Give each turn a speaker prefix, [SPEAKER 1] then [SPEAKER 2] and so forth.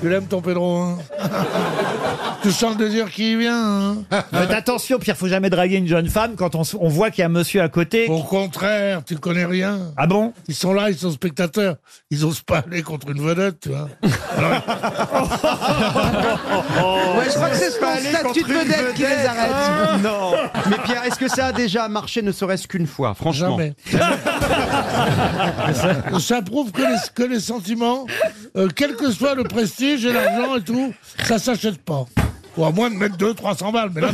[SPEAKER 1] Tu l'aimes ton Pedro hein Tu sens le désir qui y vient hein
[SPEAKER 2] Faites Ah bah, attention, Pierre, faut jamais draguer une jeune femme quand on, s- on voit qu'il y a un monsieur à côté.
[SPEAKER 1] Au contraire, tu connais rien.
[SPEAKER 2] Ah bon
[SPEAKER 1] Ils sont là, ils sont spectateurs. Ils osent pas aller contre une vedette, tu vois.
[SPEAKER 3] Ouais, je crois que c'est son
[SPEAKER 4] aller
[SPEAKER 3] statut de
[SPEAKER 4] contre une Ah.
[SPEAKER 3] vedette qui les arrête.
[SPEAKER 4] Non. Mais Pierre, est-ce que ça a déjà marché, ne serait-ce qu'une fois, franchement
[SPEAKER 1] Jamais. ça prouve que les, que les sentiments, euh, quel que soit le prestige et l'argent et tout, ça s'achète pas. Ou à moins de mettre 200-300 balles, mais là,